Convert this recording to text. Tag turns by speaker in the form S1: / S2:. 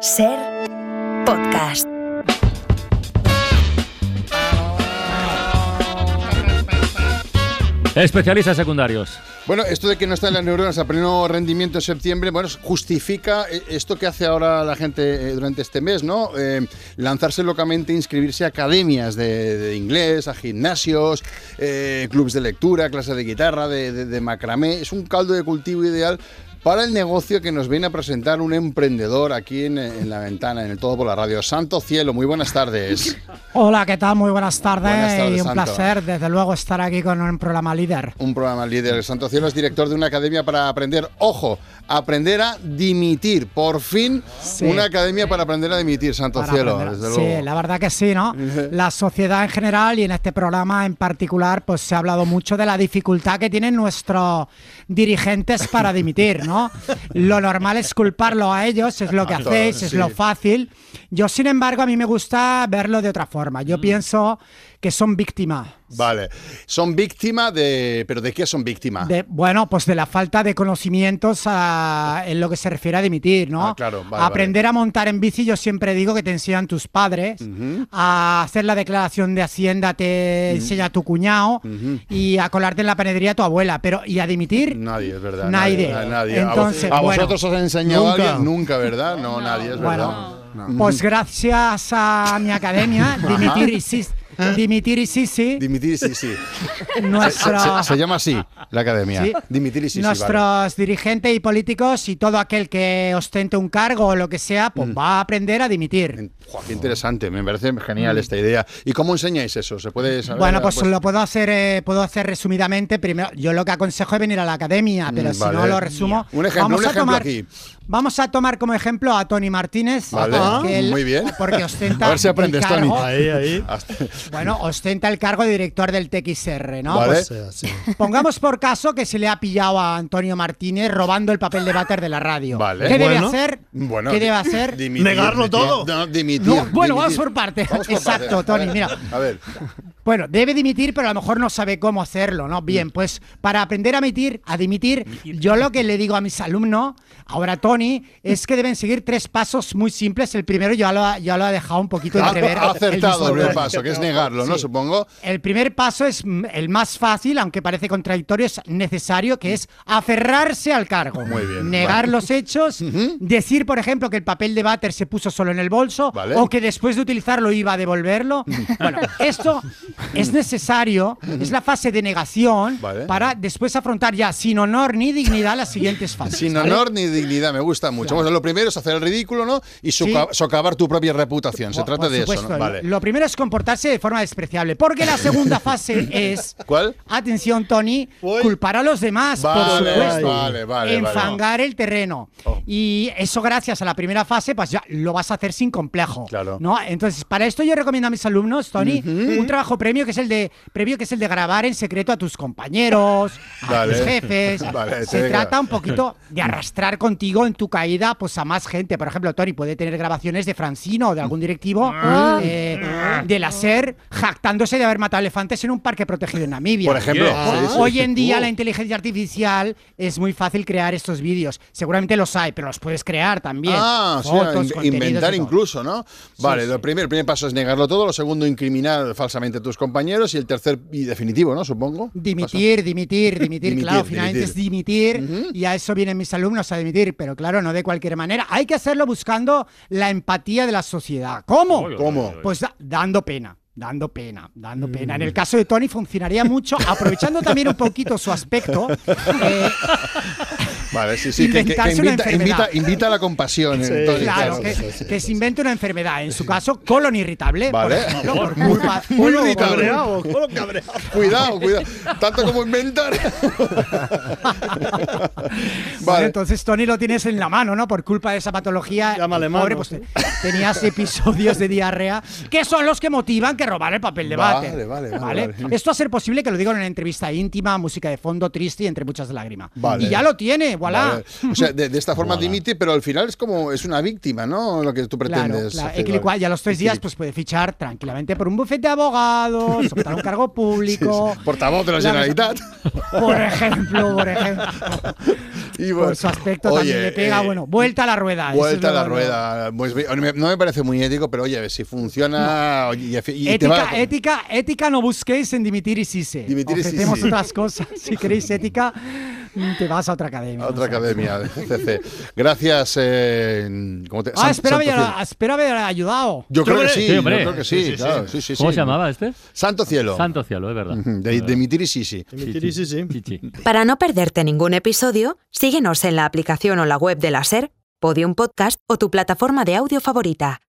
S1: Ser podcast.
S2: Especialistas secundarios.
S3: Bueno, esto de que no están las neuronas a pleno rendimiento en septiembre, bueno, justifica eh, esto que hace ahora la gente eh, durante este mes, ¿no? Eh, lanzarse locamente, inscribirse a academias de, de inglés, a gimnasios, eh, clubs de lectura, clases de guitarra, de, de- de macramé. Es un caldo de cultivo ideal para el negocio que nos viene a presentar un emprendedor aquí en, en la ventana, en el Todo por la Radio. Santo cielo, muy buenas tardes.
S4: Hola, ¿qué tal? Muy buenas tardes,
S3: Buenas tardes,
S4: y un
S3: Santo.
S4: placer, desde luego, estar aquí con un programa líder.
S3: Un programa líder. Santo Cielo es director de una academia para aprender. Ojo, aprender a dimitir. Por fin,
S4: Sí.
S3: una academia para aprender a dimitir, Santo
S4: para
S3: Oh, Cielo.
S4: aprender.
S3: desde
S4: sí,
S3: luego.
S4: la verdad que sí, ¿no? La sociedad en general y en este programa en particular, pues se ha hablado mucho de la dificultad que tienen nuestros dirigentes para dimitir, ¿no? Lo normal es culparlo a ellos, es lo que
S3: A todos,
S4: hacéis, es
S3: sí.
S4: lo fácil. Yo, sin embargo, a mí me gusta verlo de otra forma.
S3: Mm.
S4: Yo pienso que son víctimas.
S3: Vale. Son víctima de. ¿Pero de qué son víctima?
S4: De- bueno, pues de la falta de conocimientos a- en lo que se refiere a dimitir, ¿no?
S3: Ah, claro, vale,
S4: Aprender a montar en bici, yo siempre digo que te enseñan tus padres, a hacer la declaración de Hacienda
S3: Mm.
S4: te enseña tu cuñado y a colarte en la panadería tu abuela, pero ¿y a dimitir?
S3: Nadie, es verdad.
S4: Nadie.
S3: Nadie. nadie. A vos-
S4: Entonces,
S3: a,
S4: bueno,
S3: vosotros os ha enseñado
S4: nunca.
S3: alguien? Nunca, ¿verdad? No, nadie, es
S4: Bueno,
S3: verdad.
S4: pues gracias a mi academia, Dimitir y Sisi, Dimitir y Sisi,
S3: Dimitir, sí, sí.
S4: nuestro...
S3: Se, se llama así la academia.
S4: Sí.
S3: Dimitir y sí, sí, vale.
S4: Nuestros dirigentes y políticos y todo aquel que ostente un cargo o lo que sea, pues
S3: Mm.
S4: va a aprender a dimitir.
S3: Buah, qué interesante, me parece genial esta idea. ¿Y cómo enseñáis eso? ¿Se puede saber?
S4: Bueno, pues,
S3: Pues-
S4: lo puedo hacer, eh, puedo hacer resumidamente. Primero, yo lo que aconsejo es venir a la academia, pero
S3: Mm,
S4: si no
S3: vale.
S4: lo resumo.
S3: Un ejemplo, un ejemplo aquí.
S4: Vamos a tomar como ejemplo a Tony Martínez,
S3: Vale, Ah,
S4: porque él-
S3: muy bien.
S4: porque ostenta
S3: A ver si
S4: el
S3: aprendes,
S4: cargo-
S3: Tony.
S5: Ahí, ahí.
S4: Bueno, ostenta el cargo de director del TXR, ¿no?
S3: Vale.
S4: Pues
S5: O sea, sí.
S4: Pongamos por caso que se le ha pillado a Antonio Martínez robando el papel de váter de la radio.
S3: Vale.
S4: ¿Qué debe
S5: Bueno.
S4: hacer?
S3: Bueno,
S4: ¿Qué
S3: di-
S4: debe hacer?
S3: dimitir,
S5: ¿Negarlo
S3: dimitir.
S5: todo?
S3: No, dimitir.
S4: No, bueno, vamos
S3: dimitir.
S4: por partes.
S3: Vamos por
S4: Exacto,
S3: partes. A
S4: Tony,
S3: ver,
S4: mira.
S3: A ver,
S4: Bueno, debe dimitir, pero a lo mejor no sabe cómo hacerlo, ¿no? Bien, pues para aprender a emitir, a dimitir, yo lo que le digo a mis alumnos, ahora Tony, es que deben seguir tres pasos muy simples. El primero ya lo ha, ya lo ha dejado un poquito
S3: ha,
S4: entrever.
S3: ha
S4: el mismo
S3: acertado el primer
S4: Tony.
S3: paso, que es negarlo, ¿no?
S4: Sí.
S3: Supongo.
S4: El primer paso es mm, el más fácil, aunque parece contradictorio, es necesario, que es aferrarse al cargo.
S3: Muy bien,
S4: Negar
S3: vale.
S4: los hechos, decir, por ejemplo, que el papel de váter se puso solo en el bolso
S3: Vale.
S4: o que después de utilizarlo iba a devolverlo. bueno, esto es necesario, es la fase de negación
S3: Vale.
S4: para después afrontar ya sin honor ni dignidad las siguientes fases.
S3: Sin
S4: ¿vale?
S3: honor ni dignidad, me gusta mucho. Bueno, lo primero es hacer el ridículo, ¿no? Y soca-
S4: Sí.
S3: socavar tu propia reputación. Se
S4: Por-
S3: trata
S4: por
S3: de eso,
S4: supuesto,
S3: ¿no?
S4: lo-
S3: Vale.
S4: Lo primero es comportarse de forma despreciable, porque la segunda fase es...
S3: ¿Cuál?
S4: Atención, Tony,
S3: Uy.
S4: culpar a los demás, por
S3: Vale,
S4: supuesto.
S3: vale, vale, Oh.
S4: enfangar el terreno. Y eso gracias a la primera fase, pues ya lo vas a hacer sin complejo.
S3: Claro.
S4: ¿no? Entonces, para esto yo recomiendo a mis alumnos, Tony, un trabajo premio que es el de previo que es el de grabar en secreto a tus compañeros, a
S3: Vale.
S4: tus jefes.
S3: Vale,
S4: Se
S3: venga.
S4: trata un poquito de arrastrar contigo en tu caída pues a más gente. Por ejemplo, Tony puede tener grabaciones de Francino o de algún directivo eh, de la SER jactándose de haber matado elefantes en un parque protegido en Namibia.
S3: Por ejemplo,
S2: Yeah.
S3: sí, sí. Uh.
S4: Hoy en día la inteligencia artificial es muy fácil crear estos vídeos. Seguramente los hay, pero los puedes crear también.
S3: Ah, o sea,
S4: Fotos,
S3: in-
S4: contenidos
S3: inventar
S4: y todo.
S3: incluso, ¿no? Vale, lo primer, el primer paso es negarlo todo, lo segundo, incriminar falsamente a tus compañeros y el tercer y definitivo, ¿no? Supongo.
S4: Dimitir, dimitir, dimitir,
S3: Dimitir,
S4: claro, finalmente
S3: dimitir.
S4: es dimitir y a eso vienen mis alumnos a dimitir, pero claro, no de cualquier manera. Hay que hacerlo buscando la empatía de la sociedad. ¿Cómo?
S2: Oy, oy,
S3: ¿Cómo?
S2: oy, oy.
S4: Pues da- dando pena. Dando pena, dando pena.
S3: Mm.
S4: En el caso de Tony funcionaría mucho, aprovechando también un poquito su aspecto. eh,
S3: Vale, sí, sí. Que, que- que
S4: Inventarse una
S3: invita,
S4: enfermedad.
S3: invita- invita a la compasión.
S5: Sí.
S3: entonces,
S4: claro, que, que se invente una enfermedad, en su caso, colon irritable. por
S3: Vale.
S4: ejemplo, por culpa- uno-
S5: Cabreado, ¿cómo cabreado?
S3: Cuidado, cuidado. Tanto como inventar.
S4: Bueno,
S3: vale.
S4: entonces Tony lo tienes en la mano, ¿no? Por culpa de esa patología.
S5: Llámale mano,
S4: pobre, pues,
S5: sí.
S4: tenías episodios de diarrea que son los que motivan que robar el papel de
S3: Vale,
S4: váter.
S3: vale, vale, vale.
S4: Esto a ser posible que lo digo en una entrevista íntima, música de fondo triste y entre muchas lágrimas.
S3: Vale.
S4: Y ya lo tiene, voilà.
S3: Vale. O sea, de, de esta forma dimite, pero al final es como es una víctima, ¿no? Lo que tú
S4: Claro,
S3: pretendes.
S4: claro.
S3: hacer,
S4: Y que igual,
S3: vale.
S4: ya a los tres días pues puede fichar tranquilamente por un bufete de abogados, optar a un cargo público.
S3: Portavoz de la
S4: Claro,
S3: Generalitat.
S4: Por ejemplo, por ejemplo.
S3: Y bueno,
S4: Por su aspecto
S3: oye,
S4: también le pega.
S3: eh,
S4: bueno, vuelta a la rueda. Ah, eso
S3: Vuelta a
S4: es lo-
S3: la
S4: lo-
S3: rueda. Pues, oye, me- no me parece muy ético, pero oye, si funciona. oye, y- y- y te va-
S4: Ética, ética, ética no busquéis en dimitir y sise.
S3: Dimitir y
S4: Ofrecemos
S3: sise.
S4: otras cosas. Si queréis ética, mm, te vas a otra academia.
S3: a otra
S4: no sé.
S3: academia de CC. Gracias. eh, ¿cómo te-
S4: Ah,
S3: San-
S4: espera,
S3: Santo
S4: haber-
S3: Cielo.
S4: espera haber ayudado.
S3: Yo creo que
S5: hombre.
S3: sí,
S2: Sí,
S3: yo
S2: hombre.
S3: creo que sí, claro, sí, sí,
S2: ¿Cómo
S3: sí.
S2: se llamaba este?
S3: Santo Cielo.
S2: Santo Cielo, es verdad.
S3: Ujú, De, de Mitir y Sisi.
S5: Sí, sí, sí.
S2: Chichi.
S1: Para no perderte ningún episodio, síguenos en la aplicación o la web de la SER, Podium Podcast o tu plataforma de audio favorita.